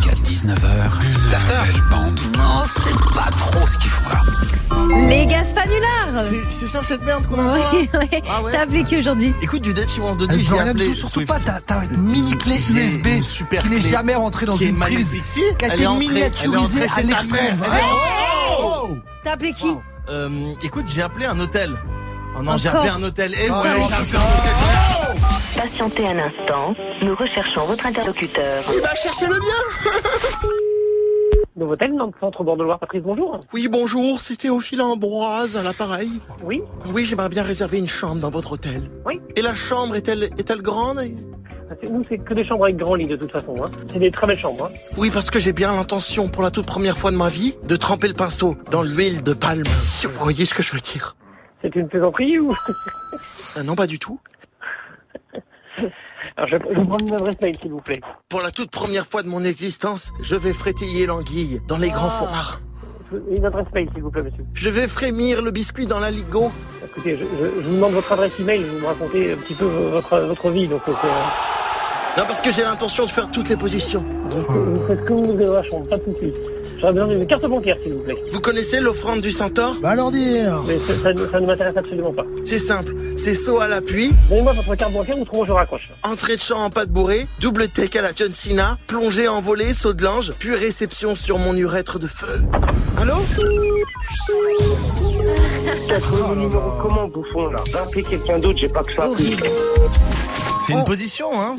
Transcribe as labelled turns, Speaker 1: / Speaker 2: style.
Speaker 1: 19h, l'after.
Speaker 2: Belle bande.
Speaker 1: Non, c'est pas trop ce qu'ils font là.
Speaker 3: Les Gaspanulars
Speaker 2: C'est c'est ça cette merde qu'on entend là
Speaker 3: Oui, oui.
Speaker 2: Ah ouais
Speaker 3: T'as appelé qui aujourd'hui
Speaker 2: Écoute, du Dead She Wants to Do,
Speaker 4: Elle veut
Speaker 2: j'ai
Speaker 4: rien du
Speaker 2: appelé
Speaker 4: tout, surtout
Speaker 2: Swift.
Speaker 4: pas ta, ta mini clé
Speaker 2: J'ai
Speaker 4: USB
Speaker 2: une super
Speaker 4: qui n'est
Speaker 2: clé
Speaker 4: jamais rentrée dans
Speaker 2: qui est
Speaker 4: une prise,
Speaker 2: magnifique. Si,
Speaker 4: qui a
Speaker 2: elle
Speaker 4: été
Speaker 2: est entrée- elle
Speaker 4: miniaturisée
Speaker 2: est entrée
Speaker 4: à
Speaker 2: chez ta
Speaker 4: l'extrême. Ah,
Speaker 2: mère.
Speaker 4: Oh
Speaker 3: T'as appelé qui
Speaker 2: Euh, écoute, j'ai appelé un hôtel. Oh non, j'ai
Speaker 3: Encore
Speaker 2: appelé un hôtel. Eh
Speaker 4: Oh,
Speaker 2: ouais,
Speaker 4: non.
Speaker 2: j'ai appelé un hôtel.
Speaker 5: Patientez un instant, nous recherchons votre interlocuteur.
Speaker 2: Il va chercher le bien
Speaker 6: Novotel, non, centre Bordeaux-Loire, Patrice, bonjour.
Speaker 2: Oui, bonjour, c'est Théophile Ambroise à l'appareil.
Speaker 6: Oui,
Speaker 2: Oui, j'aimerais bien réserver une chambre dans votre hôtel.
Speaker 6: Oui.
Speaker 2: Et la chambre est-elle est-elle grande
Speaker 6: C'est- nous c'est que des chambres avec grand lit de toute façon. Hein. C'est des très belles chambres. Hein.
Speaker 2: Oui, parce que j'ai bien l'intention, pour la toute première fois de ma vie, de tremper le pinceau dans l'huile de palme. Si vous voyez ce que je veux dire.
Speaker 6: C'est une plaisanterie ou
Speaker 2: Ah non, pas du tout.
Speaker 6: Alors je, je vous prends une adresse mail s'il vous plaît.
Speaker 2: Pour la toute première fois de mon existence, je vais frétiller l'anguille dans les grands fonds marins.
Speaker 6: Une adresse mail s'il vous plaît, monsieur.
Speaker 2: Je vais frémir le biscuit dans la ligo.
Speaker 6: Écoutez, je, je- je vous demande votre adresse email, vous me racontez un petit peu vo- votre, votre vie. Donc, euh, c'est-
Speaker 2: Non, parce que j'ai l'intention de faire toutes les positions.
Speaker 6: donc, euh, vous faites ce que vous voulez dans la chambre, pas de soucis. J'aurais besoin d'une carte bancaire s'il vous plaît.
Speaker 2: Vous connaissez l'offrande du centaure
Speaker 4: Va leur dire
Speaker 6: Mais ça, ça ne- ça ne m'intéresse absolument pas.
Speaker 2: C'est simple, c'est saut à l'appui,
Speaker 6: Donnez-moi votre carte bancaire, autrement je raccroche.
Speaker 2: entrée de champ en pas de bourrée, double take à la John Cena, plongée en volée, saut de linge, puis réception sur mon urètre de feu. Allô
Speaker 6: Comment bouffon là Appelez quelqu'un d'autre, j'ai pas que ça.
Speaker 3: Horrible.
Speaker 2: C'est une position, hein